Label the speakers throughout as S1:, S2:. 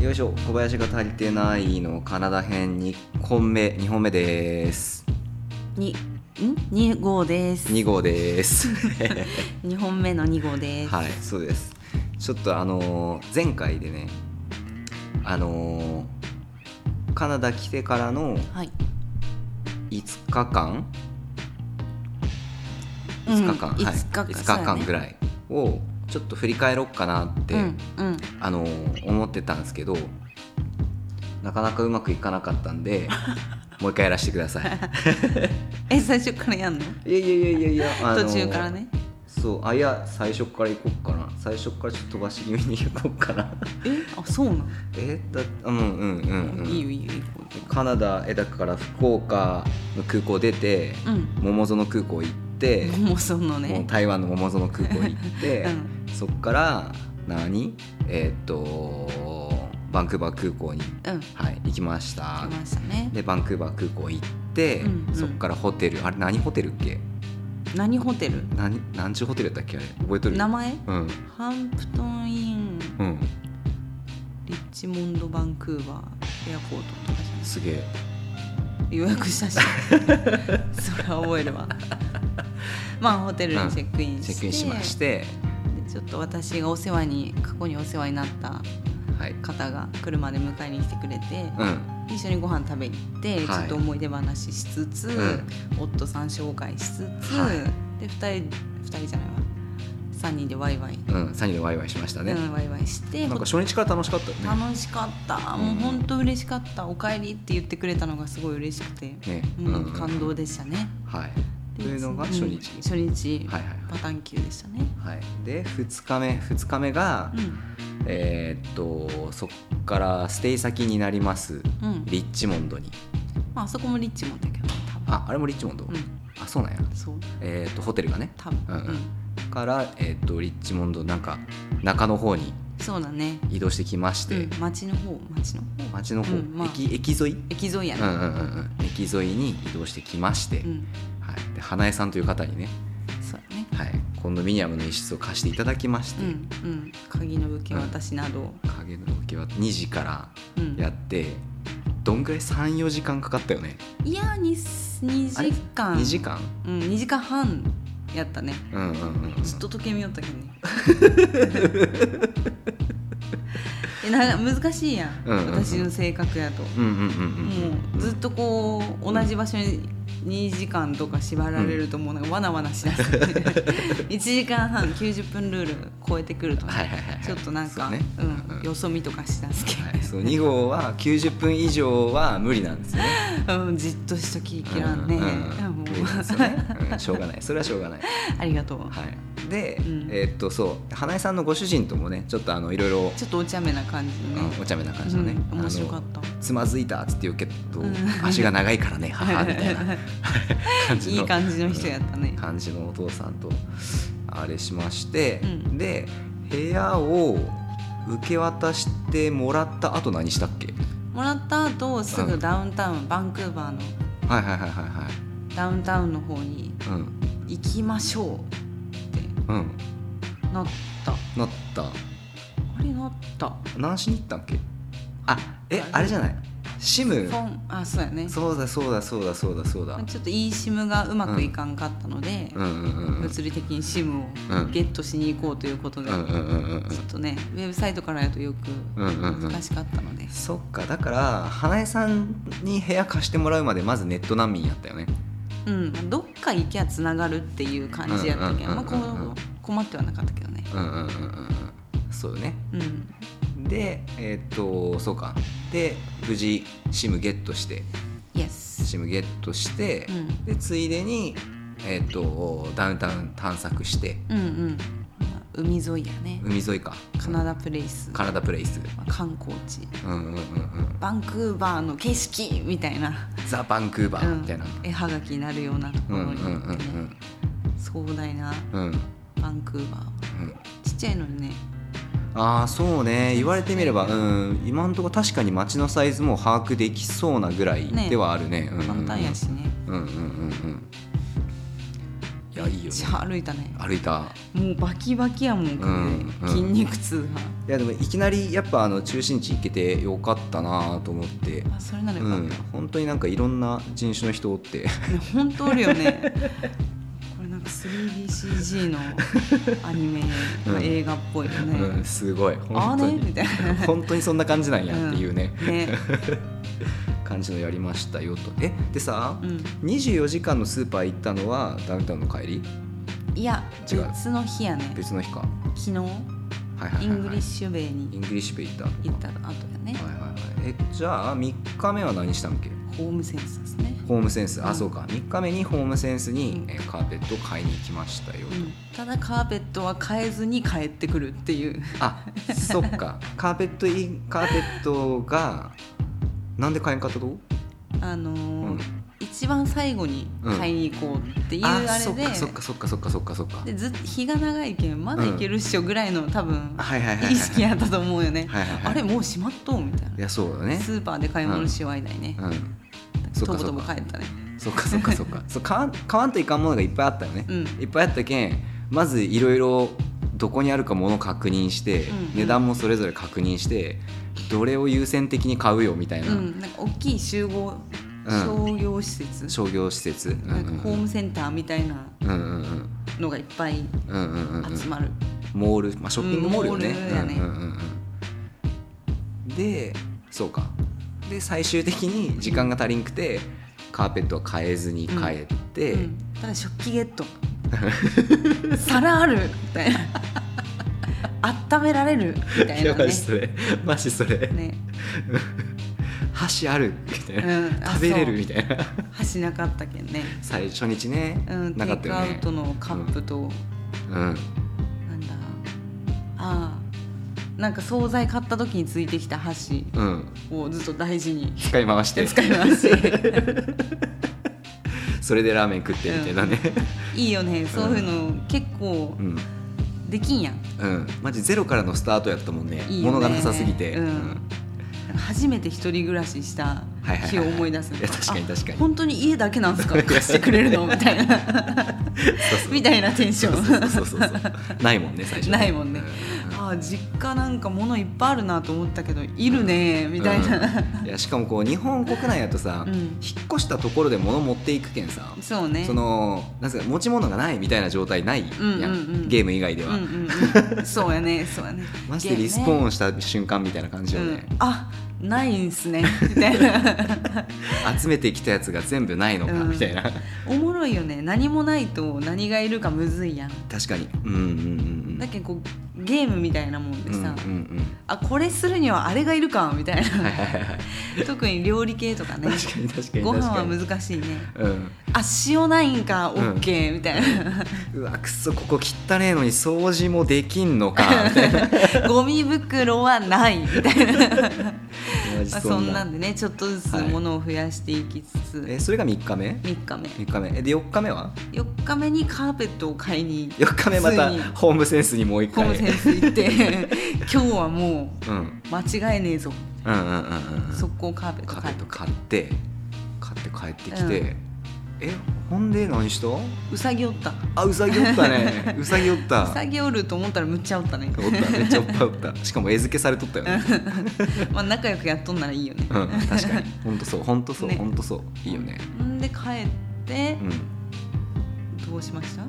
S1: よいしょ小林が足りてないのカナダ編2本目2本目です
S2: にん二号です。
S1: 2号です
S2: 二本目の二号です。
S1: はいそうですちょっとあのー前回でねあのーカナダ来てからの
S2: はい。
S1: 5日間
S2: うん
S1: 5日間、はい
S2: 5日間
S1: 5日間ぐらいをちょっと振り返ろうかなって、
S2: うんうん
S1: あの思ってたんですけどなかなかうまくいかなかったん でもう一回やらせてください
S2: え最初からやんの？
S1: いやいやいやいやいや、あの
S2: 途中からね。
S1: そうあいや最初から行こうかな最初からちょっと飛ばし気味に行こうかな
S2: えあそうなの。
S1: えだうんうんうんうん
S2: いいよいいよいいよ。
S1: カナダえだから福岡の空港出て、
S2: うん。
S1: 桃園空港行って、
S2: もうその
S1: もう
S2: ね。
S1: 台湾の桃園空港行って、
S2: うん
S1: そっから何えーっとバンクーバー空港に
S2: うん。
S1: はい、行きました
S2: 来ましたね。
S1: でバンクーバー空港行って、
S2: うんうん
S1: そっからホテルあれ何ホテルっけ
S2: 何ホテル？
S1: 何何ちゅうホテルやったっけあれ覚えとる
S2: 名前？
S1: うん
S2: ハンプトンイン
S1: うん
S2: リッチモンドバンクーバーエアポートとかじゃない
S1: すげえ
S2: 予約し たしそれは覚えるわまあホテルにチェックインし
S1: チ
S2: て、
S1: ェックインしまして
S2: でちょっと私がお世話に過去にお世話になった
S1: はい
S2: 方が車で迎えに来てくれて、
S1: うん
S2: 一緒にご飯食べに行って、
S1: はい
S2: ちょっと思い出話しつつ、
S1: ん
S2: 夫さん紹介しつつ、
S1: は
S2: で2人二人じゃないわ3人でワイワイ、
S1: うん3人でワイワイしましたね、
S2: うんワイワイして
S1: なんか初日から楽しかったよね
S2: 楽しかった、
S1: うん
S2: もう本当嬉しかった「おかえり」って言ってくれたのがすごい嬉しくて、
S1: ね
S2: うん
S1: うん
S2: 感動でしたね。
S1: はい
S2: で
S1: というのが初
S2: うん
S1: 日、
S2: 初日、
S1: はいはい
S2: パターン級でしたね。
S1: はい、はい、で2日目2日目が、
S2: うん
S1: えーっとそっからステイ先になります
S2: うん
S1: リッチモンドに
S2: まああそこもリッチモンだけど多分
S1: ああれもリッチモンド、
S2: うん
S1: あそうなんや
S2: そう
S1: えーっとホテルがね
S2: 多分、
S1: うんうんから、えー、とリッチモンドなんか中の方に
S2: そうだね、
S1: 移動してきまし
S2: う
S1: て、
S2: ん、町の方町の方
S1: 町の方、
S2: うんまあ
S1: 駅駅沿い、
S2: 駅沿いや
S1: うんうん
S2: ね、
S1: うんうん、駅沿いに移動してきまして、
S2: うん
S1: はい、で花江さんという方にね、
S2: そうやね
S1: はい、コンドミニアムの一室を貸していただきまし
S2: う
S1: て、
S2: んうん鍵の受け渡しなど、
S1: 影の時は2時から
S2: うん
S1: やって、どんぐらい34時間かかったよね
S2: いやに2
S1: あれ
S2: 時間
S1: 2時間
S2: うん、2時間半やったね
S1: うんうんうん
S2: ずっと時計見よったけ どねえな難しいやん,、
S1: うんうんうん
S2: 私の性格やと、
S1: うんうんうんうん
S2: もうずっとこう同じ場所に2時間とか縛られるともうなんかわなわなしだす1時間半90分ルール超えてくるとね、
S1: はいはいはいはい
S2: ちょっとなん
S1: そ
S2: か
S1: うねうん
S2: う
S1: うん
S2: ん、よそ見とかしだすけど、
S1: はい、その2号は90分以上は無理なんですよね
S2: うん、じっとしときいけらんね、
S1: う
S2: も
S1: ん
S2: う
S1: 無理なんですよねうんしょうがないそれはしょうがない、
S2: ありがとう、
S1: はい、で、
S2: うん
S1: えーっとそう花江さんのご主人ともねちょっとあのいろいろ、
S2: ちょっとお茶目な感じのね
S1: うんお茶目な感じのね、
S2: うん、面白かっ
S1: あ
S2: た
S1: のつまずいたっつって言うけど、
S2: うん
S1: 足が長いから ね母みたいな感じの
S2: いい感じの人やったね、
S1: 感じのお父さんとあれしまして、
S2: うん
S1: で部屋を受け渡してもらった後何したっけ
S2: もらった後すぐダウンタウン、バンクーバーの
S1: はいはいはいはいはい
S2: ダウンタウンの方に
S1: うん
S2: 行きましょうっ
S1: うん
S2: てなったあ
S1: なった
S2: れなった
S1: 何しに行ったんっけあえあ
S2: あ
S1: れじゃないシム
S2: フォンあそうやね
S1: そうだそうだそうだそうだそうだ
S2: ちょっと e シムがうまくいかんかったので、
S1: うんうんうんうん
S2: 物理的にシムを
S1: うん
S2: ゲットしに行こうということで、
S1: うんうんうんうん
S2: ちょっとねウェブサイトからやるとよく
S1: うんうんうん
S2: 難しかったので、
S1: そっかだから花江さんに部屋貸してもらうまでまずネット難民やったよね
S2: うんまあどっか行きゃつながるっていう感じやっ
S1: うん
S2: たけど、
S1: うん
S2: ま
S1: う
S2: あ、
S1: ん
S2: こ
S1: うんうん
S2: う困ってはなかったけどね
S1: うんうんうんうんうんそうよね
S2: うん
S1: でえーっとそうかで無事 SIM ゲットして
S2: イエス
S1: SIM ゲットして、
S2: うん
S1: でついでにえーっとダウンタウン探索して
S2: うんうんまあ海沿いやね
S1: 海沿いか
S2: カナダプレイス、
S1: カナダプレイス
S2: まあ観光地
S1: うんうんうんうん
S2: バンクーバーの景色みたいな、
S1: ザ・バンクーバ
S2: う
S1: ー
S2: ん
S1: みたいな、
S2: 絵はがきになるようなとこ
S1: うん
S2: ろ
S1: うんう
S2: に行ってね、
S1: ん
S2: 壮大な
S1: うんうん、うん、
S2: バンクーバーちっちゃいのにね
S1: ああそうね言われてみれば、うん、今んとこ確かに街のサイズも把握できそうなぐらい
S2: ね
S1: ではあるねうんうんうん
S2: 簡単やしね、
S1: うんうんうんうんいいやいいよね
S2: じゃあ歩いたね
S1: 歩いた
S2: もうバキバキやもんか、
S1: うんうん
S2: 筋肉痛
S1: いやでもいきなりやっぱあの中心地行けてよかったなと思って
S2: があそれなら
S1: う
S2: よかった、
S1: ん本当になんかいろんな人種の人おって
S2: ね、本当おるよねこれなんか 3DCG のアニメ、
S1: うん
S2: 映画っぽいよね、
S1: うん すごい
S2: ああ
S1: 本当
S2: ね
S1: に
S2: みたいな
S1: 本当にそんな感じなんやっていうね、
S2: ね、
S1: 感じのやりましたよとえでさ、
S2: うん、
S1: 24時間のスーパー行ったのはダウンタウンの帰り
S2: いや
S1: 違う
S2: 別の日やね
S1: 別の日か
S2: 昨日
S1: はいは
S2: イ
S1: いはい、は
S2: ング
S1: い、
S2: リッシュベイ
S1: イ
S2: に
S1: ングリッシュベイ行った
S2: 行った後や
S1: は
S2: ね
S1: いはいはいえじゃあ3日目は何したんっけ
S2: ホームセンスですね、
S1: ホームセンス
S2: う
S1: あ
S2: ん
S1: そうか3日目にホームセンスに、
S2: うん
S1: えカーペットを買いに行きましたよと、
S2: うん、ただカーペットは変えずに帰ってくるっていう
S1: あそっ かカーペットインカーペットがなんで買えんかったと、
S2: あの
S1: う
S2: ー一番最後に買いに行こうっていうあれ
S1: そっ
S2: で,、
S1: かそっかそっかそっかそっかそっか
S2: でずっと日が長いけんまだ行けるっしょぐらいの多分、
S1: はいはいはいはい
S2: 意識やったと思うよね、
S1: はいはいはい
S2: あれもう閉まっとうみたい
S1: いやそうだ
S2: な
S1: ね
S2: スーパーで買い物しよう間にね、
S1: うん
S2: と
S1: そっ
S2: ぼ
S1: かそ
S2: と
S1: っ
S2: ぼ帰
S1: か
S2: ったね
S1: そっかそっかそっかそう買わん買わんといかんものがいっぱいあったよね、
S2: うん
S1: いっぱいあったけんまずいろいろどこにあるかもの確認して、
S2: うんうん
S1: 値段もそれぞれ確認してどれを優先的に買うよみたいな、
S2: うん、なんか大きい集合
S1: うん
S2: 商業施設、
S1: 商業施設うんう
S2: なんかホームセンターみたいなん
S1: うんうん
S2: のがいっぱい
S1: うんうんうんうんうん
S2: 集まる、
S1: モール、まあ、ショッピングモールよね,、
S2: うんモールやね
S1: うんうんうんうんでそうかで最終的に時間が足りんくてカーペットは変えずに帰って、
S2: うんただ食器ゲット皿あるみたいな温められるみたい
S1: や
S2: な
S1: ば
S2: ね
S1: いそれマジそれ
S2: ね、
S1: 箸あるみたいな、
S2: うんあ
S1: 食べれる
S2: そう
S1: みたいな
S2: 箸なかったけんね、
S1: 最初日ね、
S2: うん、テ
S1: なかっ
S2: イ
S1: た
S2: ク
S1: よ
S2: アウ
S1: ね
S2: トのカップと、
S1: うん
S2: なんだああなんか惣菜買った時についてきた箸
S1: うん
S2: をずっと大事に
S1: 使い回して
S2: 使い 回して
S1: それでラーメン食ってみたいなね
S2: いいよねそういうの結構
S1: うん、
S2: できんやん
S1: うん、マジゼロからのスタートやったもんね
S2: いいよね
S1: 物がなさすぎて、
S2: うん初めて一人暮らしした
S1: はいはいはい
S2: 日を思い出す
S1: いや確かに確かに
S2: あ本当に家だけなんですか貸してくれるのみたいな
S1: そうそう
S2: みたいなテンション
S1: そうそうそうそうないもんね最初
S2: ないもんね
S1: う
S2: あー実家なんか物いっぱいあるなと思ったけどいるねみたいな、
S1: うんいやしかもこう日本国内やとさ、
S2: うん
S1: 引っ越したところで物持っていくけんさ、
S2: そうね
S1: そのなんすか持ち物がないみたいな状態ないやん,、
S2: うんうんうん
S1: ゲーム以外で
S2: う
S1: は、
S2: んうん うん、そうやねそうやね
S1: ましてリスポーンした瞬間みたいな感じ
S2: う
S1: よ
S2: ん
S1: ね、
S2: あないんすねみたいな
S1: 集めてきたやつが全部ないのか、
S2: うん
S1: みたいな
S2: おもろいよね何もないと何がいるかむずいやん
S1: 確かにうんうんうんうん
S2: だけどこうゲームみたいなもんで
S1: うんうん
S2: さ、
S1: うん
S2: あこれするにはあれがいるかみたい
S1: はい
S2: な
S1: はいはいはい
S2: 特に料理系とかね
S1: 確かに確かに
S2: ご飯は
S1: 確か
S2: 難しいね
S1: にうん
S2: あ塩ないんか OK みたいな、
S1: うわくそここ汚ねえのに掃除もできんのかみたいな
S2: ゴミ袋はないみたいな、
S1: マジ
S2: まあ、そんなんでねちょっとずつ物を増やしていきつつ、
S1: えそれが3日目
S2: 3日目
S1: 3日目えで4日目は
S2: 4日目にカーペットを買いに
S1: 4日目また
S2: ついに
S1: ホームセンスにもう一
S2: ホ
S1: 回
S2: ームセンス行って 今日はも
S1: うん、うん
S2: う間違えねえぞ
S1: うんうんうん
S2: 速攻カーペッ
S1: カーペ
S2: ト買
S1: ッ
S2: っ
S1: ト
S2: て
S1: 買って買って帰ってきて、
S2: う
S1: えほんで何した
S2: うさぎおったう
S1: あうさぎおったねうさぎおった
S2: さぎおると思ったらむっちゃおったね
S1: おっためっちゃおっぱいおったしかも餌付けされとったよね
S2: まあ仲良くやっとんならいいよね
S1: うん確かにほんとそうほんとそう、
S2: ね
S1: ほんとそういいよね
S2: んで帰って
S1: う、ん
S2: どうしました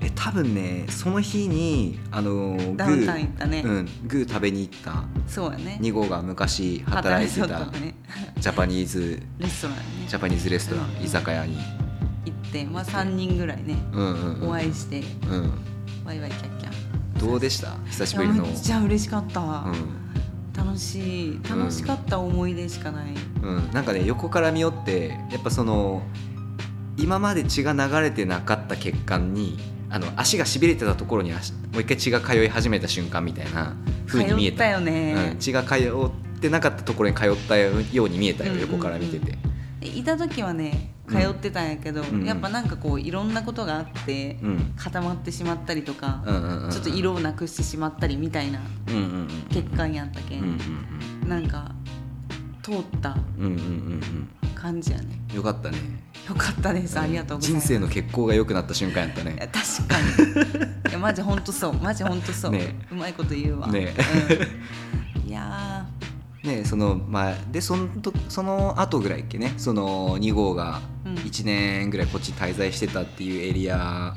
S1: え多分ねその日にあのー
S2: ダウンタウン行ったね、
S1: グーうん、グー食べに行った
S2: そうやね
S1: 2号が昔働
S2: 働
S1: い
S2: い
S1: て
S2: て
S1: た
S2: たね
S1: ジャパニーズ
S2: レストラン
S1: ジ
S2: に
S1: ャ
S2: ね
S1: パニーズレストラン居酒屋に
S2: 行って、まあ、3人ぐらいね
S1: うんうんうん
S2: お会いして
S1: うん、
S2: ワイワイキャッキャ
S1: どうでした久しぶ
S2: い
S1: り
S2: や
S1: の、う
S2: めっちゃ嬉しかった、
S1: ん
S2: 楽しい楽しかった思い出しかない、
S1: うん、なんかね横から見よってやっぱその今まで血が流れてなかった血管にあの足がしびれてたところに足もう一回血が通い始めた瞬間みたいな風に見え
S2: 通った
S1: た
S2: よね、
S1: うん、血が通ってなかったところに通ったように見えたよ、
S2: うんうんうん
S1: 横から見てて、
S2: でいた時はね
S1: うん
S2: 通ってたんやけど、
S1: んうん
S2: やっぱなんかこういろんなことがあって、
S1: うん
S2: 固まってしまったりとか、
S1: うんうんうん、
S2: ちょっと色をなくしてしまったりみたいな
S1: うんうんうん
S2: 血管やったけ
S1: うんうん
S2: ん、なんか通った
S1: うんうんうん
S2: 感じやね
S1: うんよかったね
S2: よかったですありがとうございま
S1: 人
S2: す
S1: 生の血行が良くなった瞬間やった
S2: いや
S1: ね
S2: 確か にいやマジ本当そうマジ本当そう、
S1: ね
S2: うまいこと言うわ、
S1: ね
S2: うん、いや
S1: ねそのまあでそのとその後ぐらいっけねその2号が
S2: うん
S1: 1年ぐらいこっち滞在してたっていうエリア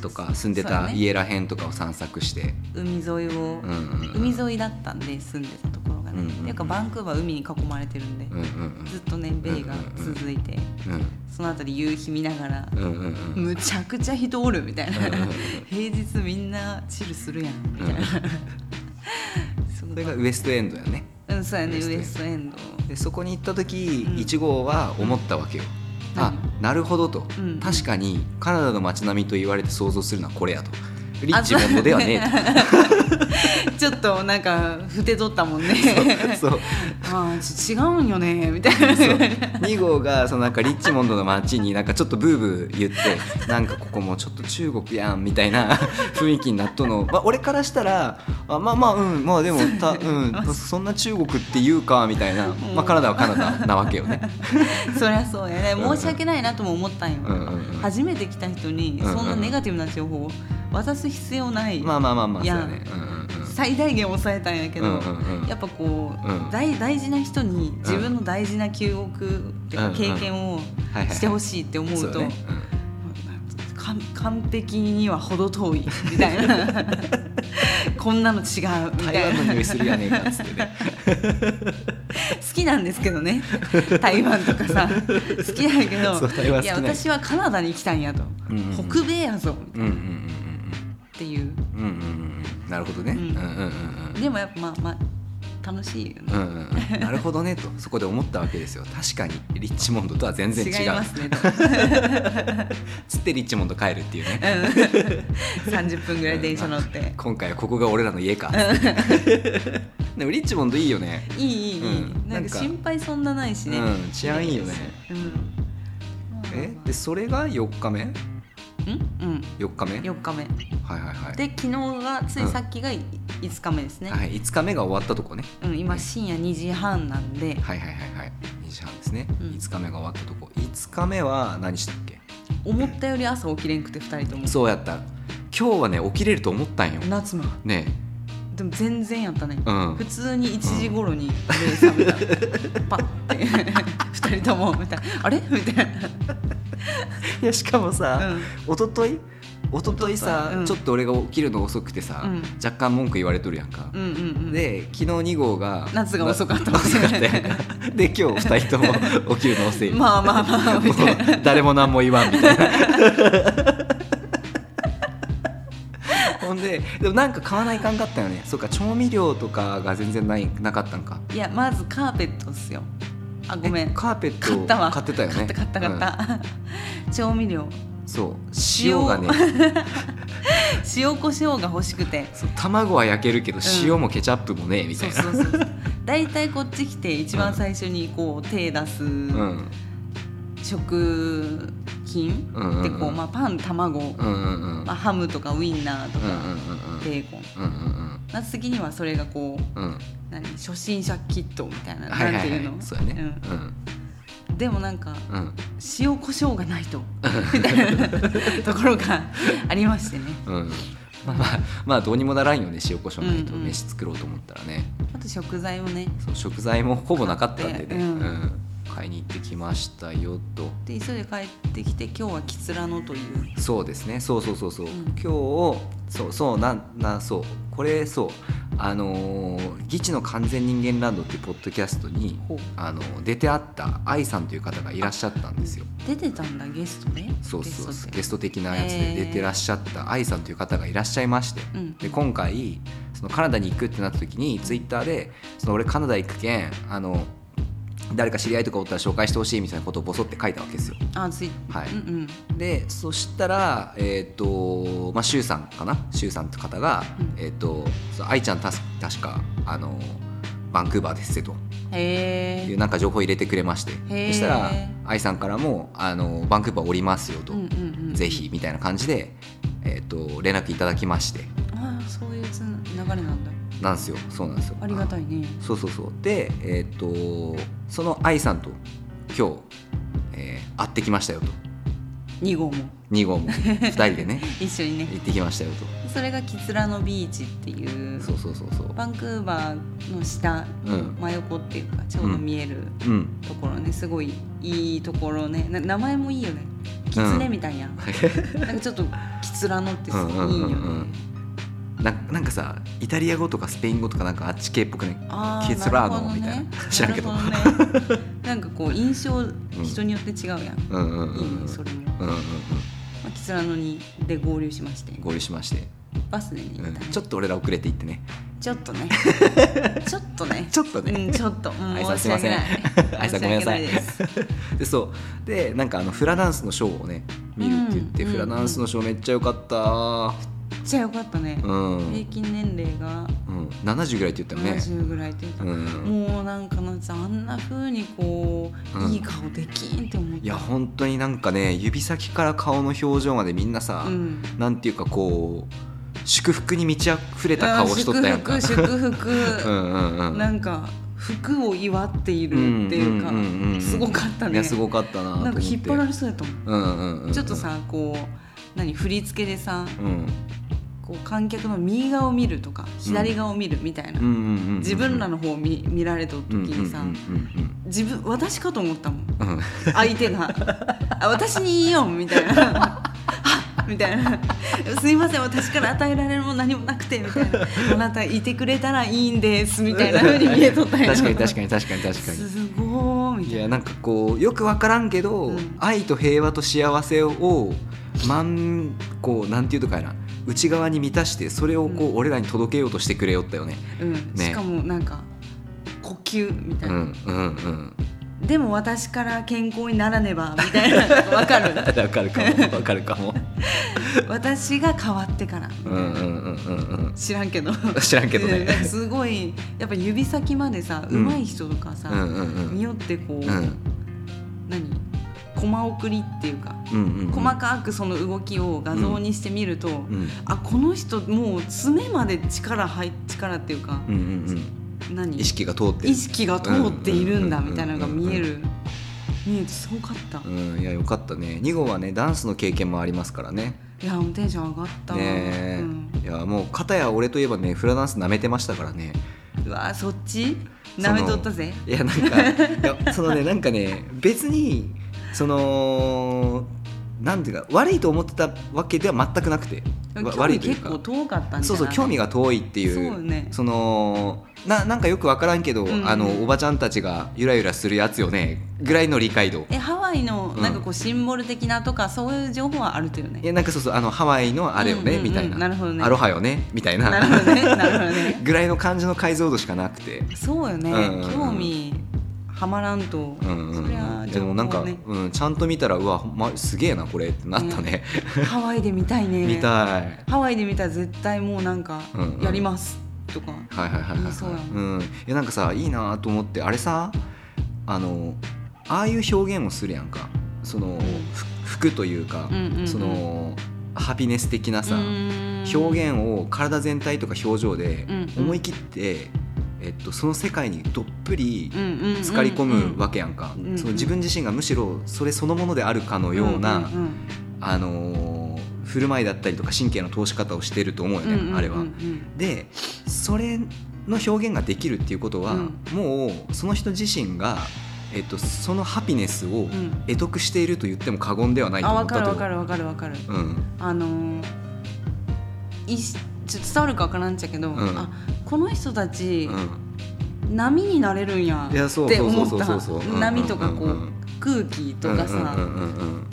S1: とか住んで
S2: そうだ
S1: た
S2: ね
S1: 家らへんとかを散策して
S2: ー海沿いを、
S1: うんうんうん
S2: 海沿いだったんで住んでたところがね、
S1: うんうんうん
S2: っていうかバンクーバー海に囲まれてるんで、
S1: うんうん
S2: ずっとね米が続いて、
S1: うん
S2: そのあたり夕日見ながら、
S1: うんうんうんうん
S2: むちゃくちゃ人おるみたいな、
S1: うんうんうん
S2: 平日みんなチルするやんみたいな、
S1: うん
S2: すご
S1: そ
S2: い
S1: れがウエストエンドやね
S2: うんそうやね
S1: ウ
S2: ウ
S1: エ
S2: エ
S1: ス
S2: ス
S1: ト
S2: トエンド
S1: でそこに行った時、
S2: うん
S1: 1号は思ったわけよ、あなるほどと、
S2: うん
S1: 確かにカナダの街並みと言われて想像するのはこれやとリッチモンドではね
S2: ちょっとなんかふて取ったもんね
S1: えとそう
S2: あーち違うんよねみたいな
S1: そう2号がそのなんかリッチモンドの街になんかちょっとブーブー言ってなんかここもちょっと中国やんみたい な雰囲気になっとんの、まあ、俺からしたらあまあまあうんまあでもた、うん、そんな中国って言うかみたいな、まあ、カナダはカナダなわけよね。
S2: そりゃそうやね申し訳ないなとも思ったんよ、
S1: うんうんうん
S2: 初めて来た人にそんなネガティブな情報を渡す必要ない、
S1: まあまあまあまあ
S2: い
S1: そう
S2: や
S1: だね。うんうんうん
S2: 最大限抑えたんやけど、
S1: うんうんうん
S2: やっぱこう、
S1: うん
S2: 大大事な人に自分の大事な記憶っていう
S1: うんう
S2: か
S1: ん
S2: 経験を
S1: はいはいはい
S2: してほしいって思う
S1: そ
S2: と、
S1: だねうん
S2: 完完璧には程遠いみた いなこんなの違うみた
S1: 台湾
S2: い
S1: の
S2: な
S1: 匂いするやねんかっつってね
S2: 好きなんですけどね台湾とかさ好きやけ
S1: そ
S2: ど
S1: う台湾好きなんや
S2: いや私はカナダに来たんやと、
S1: うんうんうん
S2: 北米やぞ
S1: うんうん
S2: っていう
S1: うんうんうんうんうんなるほどね、う
S2: うんん、
S1: うんうん
S2: でもやっぱまあまあ楽しいよ
S1: うんう
S2: ね、
S1: んうんなるほどねとそこで思ったわけですよ確かにリッチモンドとは全然違う
S2: 違いますねと
S1: つってリッチモンド帰るっていうね
S2: うん30分ぐらい電車乗って
S1: 今回はここが俺らの家かっつって でもリッチモンドいいよね
S2: いいいいいい、
S1: うん
S2: な
S1: なん
S2: ん
S1: か
S2: か心配そんなないしね、
S1: うん治安いいよね
S2: うんまあまあまあ
S1: えでそれが4日目
S2: うんうん
S1: 4日目はい
S2: 4日目
S1: はいはい
S2: で昨日がついさっきがい5日目ですね、
S1: はい、5日目が終わったとこね
S2: うん、今深夜2時半なんで
S1: はいはいはいはい2時半ですね、
S2: うん
S1: 5日目が終わったとこ5日目は何したっけ
S2: 思ったより朝起きれんくて2人とも
S1: そうやった今日はね起きれると思ったんよ
S2: 夏も
S1: ね
S2: でも全然やったね、
S1: うん
S2: 普通に1時頃に目覚めた、パッて2 人ともみたいなあれみたいな、
S1: いやしかもさ、
S2: うん
S1: おとといおとといさ、
S2: うん
S1: ちょっと俺が起きるの遅くてさ、
S2: うん
S1: 若干文句言われとるやんか、
S2: うんうんうん、
S1: で昨日2号が
S2: 夏が遅かった
S1: な遅かったやんか で今日2人と も起きるの遅い、
S2: まあまあまあ
S1: も
S2: み
S1: う
S2: たいな
S1: 誰も何も言わんみ たいなほんででもなんか買わないかんかったよねそっか調味料とかが全然ないなかったんか
S2: いやまずカーペットっすよあごめ
S1: え
S2: ん
S1: カーペット
S2: 買ったわ
S1: 買ってたよね
S2: 買った買った買った、 調味料
S1: うんそう塩
S2: 塩
S1: がね
S2: 塩コショウが欲しくて
S1: そう卵は焼けるけど塩もケチャップもねみた
S2: そ
S1: いうな
S2: そうそうそう大体こっち来て一番最初にこう手出す
S1: うん
S2: 食品
S1: うんうんうん
S2: でこうまあパン卵
S1: うんうんうん
S2: まあハムとかウインナーと
S1: うんうん
S2: かベーコン
S1: うんうんうん
S2: 夏的にはそれがこう
S1: うんうん
S2: 何初心者キットみたいな
S1: は
S2: ないん
S1: は
S2: ていう
S1: いは
S2: の
S1: いそうやね
S2: うん
S1: うん
S2: でもなんか
S1: うん
S2: 塩コショウがない とみたいなところがありましてね
S1: うんまあまあまあどうにもならんよね塩コショウないと
S2: うんうん
S1: 飯作ろうと思ったらね
S2: あと食材をね
S1: そう食材もほぼなかったんでね
S2: 買ってうん
S1: うん買いに行ってきましたよと
S2: で急いで帰ってきて今日はキツラノという
S1: そうですねそうそうそうそう
S2: うん
S1: 今日そうそうなんなそうこれそうあのー「ギチの完全人間ランド」っていうポッドキャストに
S2: ほう
S1: あの出てあった愛さんという方がいらっしゃったんですよ。
S2: 出てたんだゲストで
S1: そうそうそうゲ
S2: ゲス
S1: スト的なやつで出てらっしゃった愛さんという方がいらっしゃいまして、
S2: うん
S1: で今回そのカナダに行くってなった時にツイッターで「その俺カナダ行くけんあの誰か知り合いとかおったら紹介してほしい」みたいなことをボソって書いたわけですよ。
S2: トあつい
S1: はい
S2: うんうん
S1: でそしたらえっ、とまあ周さんかな周さんって方が、
S2: うん
S1: えっ、とそう愛ちゃんたす確かあのバンクーバーですせと。
S2: へ
S1: い
S2: え
S1: うなんか情報入れてくれまして
S2: へー
S1: そしたら愛さんからもあの「バンクーバーおりますよ」と
S2: うんうんうん
S1: ぜひみたいな感じで、えー、と連絡いただきまして
S2: あーそういうつ流れなんだ
S1: なんですよそうなんですよ
S2: ありがたいね
S1: そうそうそうでえーっ、とその愛さんと今日、えー会ってきましたよと
S2: 2号も
S1: 2号も2 人でね
S2: 一緒にね
S1: 行ってきましたよ
S2: それがキツラのビーチっていう
S1: とそうそうそうそう
S2: バンクーバーの下、
S1: うん
S2: 真横っていうかちょうど見える
S1: うん
S2: ところねすごいいいところねな名前もいいよねキツネみたいやん、なんかちょっとキツラのってすごいい
S1: うん
S2: いよね、
S1: うんうんうんななんかさイタリア語とかスペイン語とかなんかあっち系っぽくね
S2: あ
S1: キ
S2: ー
S1: ツラー
S2: なるほ
S1: ノ
S2: ど
S1: みたい
S2: ね
S1: な知らんけど
S2: なるほどねなんかこう印象人によって違うやん、
S1: うんうんうんう
S2: いい
S1: ん
S2: ねそれも、
S1: うんうんうん
S2: まあ、キツラノにで合流しまして
S1: 合流しまして、
S2: バスでね行っ
S1: うん
S2: たね、
S1: ちょっと俺ら遅れて行ってね
S2: ちょっと ねちょっとね
S1: ちょっとね
S2: うん、ちょっとうん
S1: 愛さん
S2: 申し訳ない
S1: すいません愛さんごめんなさい
S2: 申し訳です
S1: でそうでなんかあのフラダンスのショーをね見るって言って、
S2: うん
S1: フラダンスのショーめっちゃ良かった
S2: じゃあよかったね、
S1: うん、
S2: 平均年齢が
S1: うん、70ぐらいって言ったよね
S2: 70ぐらいっていうか、
S1: うん
S2: もうなんかなっちゃんあんな風にこう、
S1: うん
S2: いい顔できんって思った
S1: いや本当になんかね指先から顔の表情までみんなさ、
S2: うん
S1: なんていうかこう祝福に満ち溢れた顔しとったやんか
S2: あー祝福祝福、
S1: うんうん うん
S2: なんか服を祝っているっていうか、
S1: んんんん
S2: すごかった
S1: い
S2: ね
S1: やすごかったなと思って
S2: なんか引っ張られそうやと思う、
S1: うんうんうんうん
S2: ちょっとさこう何振り付けでさ
S1: うん
S2: こう観客の右側を見るとか左側を見るみたいな、
S1: うんうんうんうん
S2: 自分らの方を見見られた時にさ、
S1: うんうん
S2: 自分私かと思ったもん
S1: うんうんうん
S2: 相手が「あ私にいいよ」みたいな はっ。みたいな「すいません私から与えられるもの何もなくて」みたいな「あなたいてくれたらいいんです」みたいな風に見えとったんや
S1: 確かに確
S2: か
S1: かに確かに確かに
S2: すごーみ
S1: い
S2: たい
S1: やな
S2: な
S1: んかこうよく分からんけど、
S2: うん
S1: 愛と平和と幸せをまんこうなんていうとかやな内側に満たしてそれをこう、
S2: う
S1: 俺らに届けようとしてくれよったよね。
S2: うん
S1: ね
S2: しかもなんか呼吸みた
S1: う
S2: い
S1: ん
S2: な、
S1: うん うん。
S2: でも私から健康にならねばみたいなわかる
S1: わかるかもわかるかも。
S2: 私が変わってからみた
S1: うん
S2: い
S1: うん
S2: な
S1: うんうん
S2: 知らんけど
S1: うん。知らんけど
S2: うんなんか
S1: ね。
S2: すごいやっぱ指先までさ
S1: うん
S2: 上手い人とかさ、
S1: うんうんう
S2: に
S1: ん。
S2: よってこう、
S1: うん
S2: 何コマ送りっていうか
S1: うんうん。
S2: 細かくその動きを画像にしてみると、
S1: うん
S2: あこの人もう爪まで力入っ力っていうか
S1: うんうんう
S2: 何
S1: ん。意識が通ってる
S2: 意。識が通っているんだ
S1: うんうんうんうん
S2: みたいなのが見える見えてすごかった、
S1: うんいやよかったね。二号はねダンスの経験もありますからね。
S2: いやもうテンション上がったわ、
S1: ねえ
S2: うん、
S1: いやもう片や俺といえばねフラダンス舐めてましたからね。
S2: うわそっちなめとったぜ
S1: いやなん かいやそのねなんかね別にそのなんていうか悪いと思ってたわけでは全くなくて
S2: でも
S1: わ
S2: 興
S1: 悪い
S2: 味
S1: という
S2: 結
S1: か
S2: 構遠かったんだ
S1: そうそう興味が遠いっていう
S2: そうよね
S1: そのななんかよく分からんけど、
S2: んうん
S1: あのおばちゃんたちがゆらゆらするやつよねぐらいの理解度
S2: えハワイの
S1: うん
S2: なんかこうシンボル的なとか、そういう情報はあるとよね
S1: いやなんかそうそうあのハワイのあれよね、
S2: うんうんうん
S1: みたいな
S2: なるほどね
S1: アロハよねみたいな
S2: なるほどねなるほどね
S1: ぐらいの感じの解像度しかなくて。
S2: そうよね、
S1: うんうんうん
S2: 興味はまらんと、
S1: うんうんう
S2: そりゃ
S1: ん、いやで
S2: 情
S1: も
S2: 報
S1: なんか、
S2: ね
S1: うん、ちゃんと見たらうわ、ほんますげえなこれってなったね、
S2: ハワイで見たいね
S1: 見たい。
S2: ハワイで見たら絶対もうなんか
S1: うんうん
S2: やりますとか、
S1: はいはいはいはい、
S2: いいそうやん
S1: うん、いやなんかさいいなと思ってあれさあのああいう表現をするやんかその、ふ服というか、
S2: うんうんうん
S1: そのハピネス的なさ、
S2: 表
S1: 表現を体全体とか表情で
S2: うんうん
S1: 思い切って、えっと、その世界にどっぷり浸
S2: 浸
S1: かり込むわけやんか、
S2: うんうん
S1: その自分自身がむしろそれそのものであるかの
S2: け
S1: ような、あのー振る舞いだったりとか神経の通し方をしてると思うよね、あれは。でそれの表現ができるっていうことは、
S2: うん
S1: もうその人自身が、えっと、そのハピネスを
S2: ん
S1: 得得していると言っても過言ではないと
S2: あ
S1: 思
S2: わ
S1: っ
S2: か
S1: た
S2: る
S1: と
S2: わかるわかるわかる
S1: うん
S2: あのーいしちょっと伝わるかわからんっちゃけど、
S1: ん
S2: あこの人たち、
S1: うん
S2: 波になれるんや
S1: いや
S2: っ
S1: そう
S2: て
S1: そう
S2: 思
S1: そ
S2: っ
S1: うそう
S2: た
S1: そううん
S2: 波とかこ
S1: うんう
S2: うん空気とかさ、
S1: うんうんうん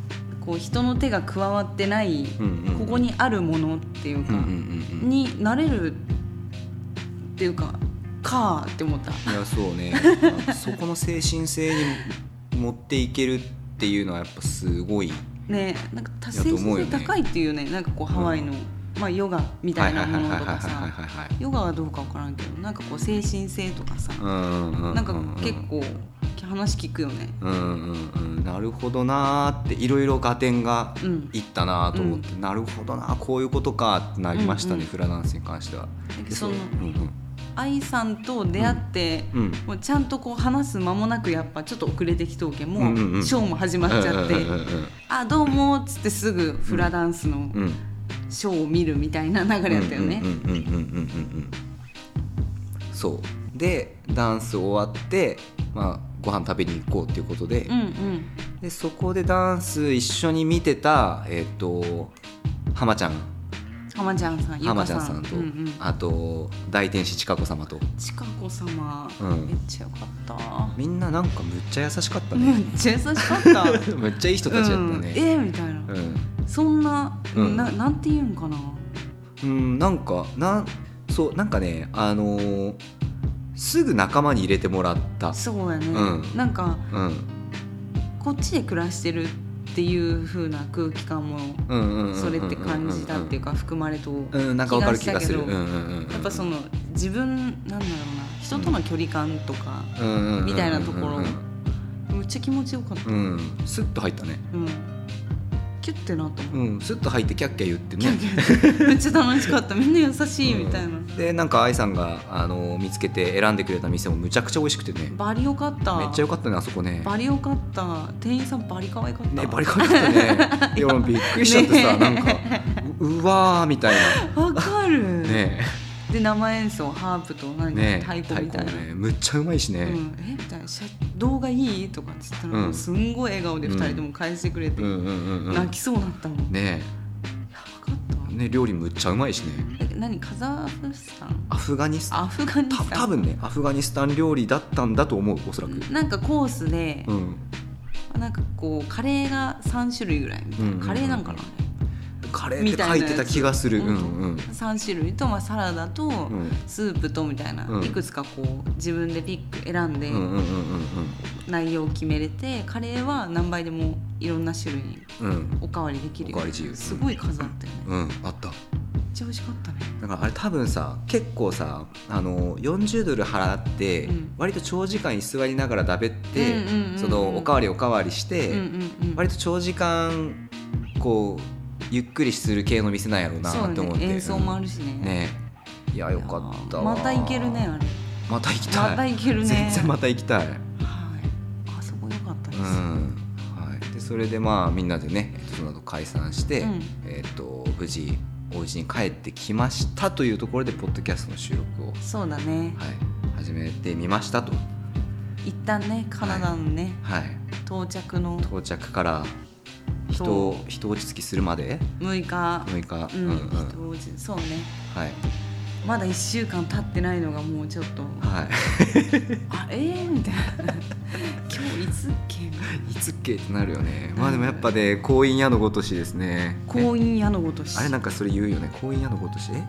S2: こう人の手が加わってない、
S1: うんうん
S2: ここにあるものっていう
S1: う
S2: か、
S1: んうんうんうん
S2: になれるっていうかかーって思った
S1: いやそうね あそこの精神性に持っていけるっていうのはやっぱすごい
S2: ねなんか達
S1: いや
S2: 成
S1: と思うよ
S2: 性
S1: ね
S2: 高いっていうねなんかこうハワイの、まあ、ヨガ みたいなものとか
S1: はいはい
S2: さ
S1: はいはいはいはい
S2: ヨガはどうかわからんけどなんかこう精神性とかさ、
S1: うんうんうんうん
S2: なんか結構話聞くよね
S1: うんうんうんなるほどなーっていろいろ合点が
S2: うん
S1: いったなと思って、なるほどなこういうことかってなりましたね、
S2: うんうん
S1: フラダンスに関しては。で
S2: その
S1: うん
S2: 愛さんと出会って、
S1: うんうん
S2: もうちゃんとこう話す間もなくやっぱちょっと遅れてきとうけも
S1: うんうんう
S2: うんショーも始まっちゃって「
S1: うんうんうん
S2: あどうも」っつってすぐフラダンスの
S1: うんうん
S2: ショーを見るみたいな流れやったよね
S1: うん。うんうんうんうんうんうんそうでダンス終わって、まあ、ご飯食べに行こうっていうことで,、
S2: うんうん
S1: でそこでダンス一緒に見てたえっ、と浜ちゃん
S2: 浜ちゃんさん、ゆ
S1: 浜
S2: か
S1: ちゃんさんと、
S2: うんうん、
S1: あと大天使千佳子様と
S2: ちかこ様、
S1: うん
S2: めっちゃよかった。
S1: みんななんかむっちゃ優しかった
S2: め
S1: ね、
S2: っちゃ優しか った。
S1: むっちゃいい人たちやったね
S2: えーみたいな
S1: う。ん、
S2: そんな、
S1: うん
S2: ななんていうんかな。
S1: うん、なんかなんそうなんかねあのーすぐ仲間に入れてもらった
S2: そうやね。
S1: うん
S2: なんか
S1: うん
S2: こっちで暮らしてるっていう風な空気感も
S1: うんうんうんうんうん
S2: それって感じたっていうか含まれと、
S1: う
S2: や
S1: ん、なんかわかる気がする。
S2: 気がしたけど
S1: うんうんうんうん
S2: っぱその自分なんだろうな人との距離感とか、
S1: うんうんうんうん
S2: みたいなところむっちゃ気持ちよかった。
S1: う
S2: うん。
S1: ん、スッと入ったね。
S2: キュッてなったもん。
S1: うん、スッと入ってキャッキャ言ってね。
S2: めっちゃ楽しかったみんな優しいみたいな、
S1: で、なんか愛さんがあの見つけて選んでくれた店もむちゃくちゃ美味しくてね。
S2: バリよかった
S1: めっちゃ良かったねあそこね。
S2: バリよかった店員さんバリ可愛かった
S1: ねバリ可愛か ったね。いや俺もびっくりしちゃってさ、
S2: ね
S1: なんかううわーみたい
S2: わかる、
S1: な。ね
S2: で生演奏ハープと 何、
S1: ね
S2: 太鼓みたいな、
S1: 太ね、むっちゃうまいし
S2: う
S1: ね。
S2: ん、えみたいなしゃ動画いいとかっつったら、
S1: うん
S2: すんごい笑顔で2人とも返してくれて、
S1: うんうんうんう
S2: 泣
S1: ん。
S2: きそうだったもん、
S1: ね
S2: やばかったわ、
S1: ね料理むっちゃうまいしね。
S2: え何カザフスタン
S1: アフガニス
S2: アフガニ
S1: た
S2: スタン
S1: 多分ねアフガニスタン料理だったんだと思うおそらく
S2: なんかコースで
S1: う、ん
S2: なんかこうカレーが3種類ぐらいみたいな、
S1: うんうんうん
S2: カレーなんかな
S1: カレーって書いてた気がする
S2: み
S1: う
S2: たい
S1: ん
S2: な
S1: う
S2: やつ
S1: ん
S2: 3種類と、まあ、サラダと、
S1: うんうん
S2: スープとみたいな、
S1: うん
S2: いくつかこう自分でピック選んで
S1: うんうん
S2: 内容を決めれて、カレーは何杯でもいろんな種類に
S1: うんうん
S2: おかわりできるよ
S1: おかわり自由
S2: すごい数あったよね、
S1: うんあった
S2: めっちゃ美味しかったね
S1: だからあれ多分さ結構さあの40ドル払って
S2: うん
S1: 割と長時間居座りながらだべっ
S2: うんうんうんうん
S1: てそのおかわりおかわりし
S2: うん
S1: て
S2: うんうん
S1: 割と長時間こうゆっくりする系の店なんやろうな
S2: そう
S1: と思
S2: だ
S1: って
S2: ね演奏もあ
S1: る
S2: るしね,、
S1: ねいやよかったわ
S2: また行けるねあれ
S1: また行きたい
S2: また行けるね
S1: 全然また行きたい
S2: はいあそこ良かったです、
S1: はい、でそれでまあみんなでねえっとその後解散して、
S2: うん
S1: えっと無事お家に帰ってきましたというところでポッドキャストの収録を、は
S2: そうだね
S1: い、始めてみましたと、
S2: 一旦ねカナダのね、
S1: はい、
S2: 到着の
S1: 到着から人
S2: そう
S1: 人落ち着きするまで
S2: 6日
S1: 6日、
S2: うん、
S1: うんうん
S2: 人落ちそうね
S1: はい
S2: まだ1週間経ってないのがもうちょっと
S1: は 、
S2: あえー、みたいな 今日いつっけみたいない
S1: いつっけってなるよねまあでもやっぱね婚姻屋のごとしですね
S2: 婚
S1: ね
S2: 姻屋のごとし
S1: あれなんかそれ言うよね婚姻屋のごとしえ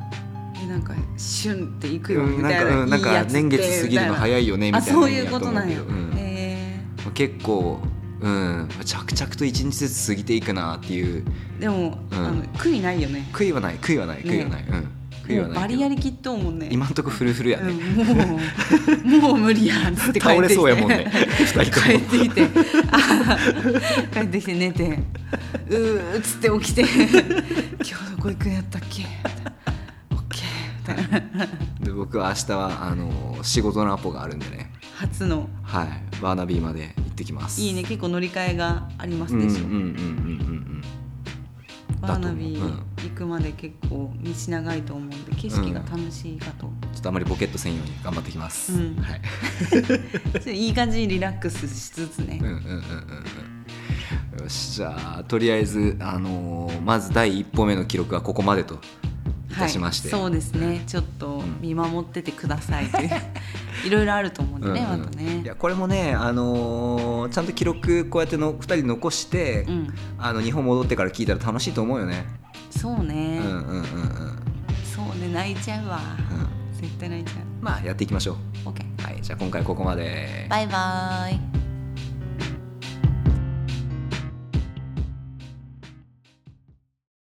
S2: えなんかシュンっていくよ
S1: うん
S2: み
S1: なん
S2: た
S1: か
S2: いな,、
S1: うんなんか年月過ぎるの
S2: い
S1: 早いよねみ
S2: み
S1: た
S2: た
S1: い
S2: い
S1: な
S2: なあそういうことなん
S1: 意味
S2: や
S1: だ思うけどうん
S2: え
S1: まあ結構うん着々と一日ずつ過ぎていくなっていう
S2: ーでも、
S1: うん
S2: あの悔いないよね
S1: 悔いはない悔いはない
S2: ね
S1: 悔いはない、うん悔いは
S2: もう
S1: ない
S2: バ
S1: け
S2: リ
S1: ど
S2: やりきっとうもんね
S1: 今んとこフルフルや
S2: うん
S1: ね、
S2: もうもう無理やんつって帰っ
S1: 倒れ
S2: てきて
S1: そうやもん ね二人とも
S2: 帰ってきて あー帰ってきて寝てうーっつって起きて 今日どこ行くんやったっけみたいなオッケーみたいな
S1: で僕は明日はあの仕事のアポがあるんでね
S2: 初の
S1: はいバーナビーまで行ってきます
S2: いいね結構乗り換えがありま
S1: う
S2: す
S1: んうん
S2: で
S1: うん
S2: しょ、
S1: うん
S2: バーナビ
S1: だと思う
S2: ー行くまで結構道長いと思うんで景色が楽しいかと、
S1: うんちょっとあまりボケットせんように頑張ってきます、
S2: うん
S1: はい
S2: ちょっといい感じにリラックスしつつね
S1: うんうんうんうんうんよしじゃあとりあえず、あのーまず第一歩目の記録はここまでといたしまして、
S2: そうですねちょっと見守っててくださいという いろいろあると思うんでね、
S1: うんうん
S2: またね
S1: いやこれもね、あのーちゃんと記録こうやっての2人残して、
S2: うん
S1: あの日本戻ってから聞いたら楽しいと思うよね、
S2: そうね
S1: うん、うんうんうん
S2: そうね泣いちゃうわ
S1: うん
S2: 絶対泣いちゃう
S1: まあやっていきましょう
S2: OK
S1: はいじゃあ今回ここまで
S2: バイバイ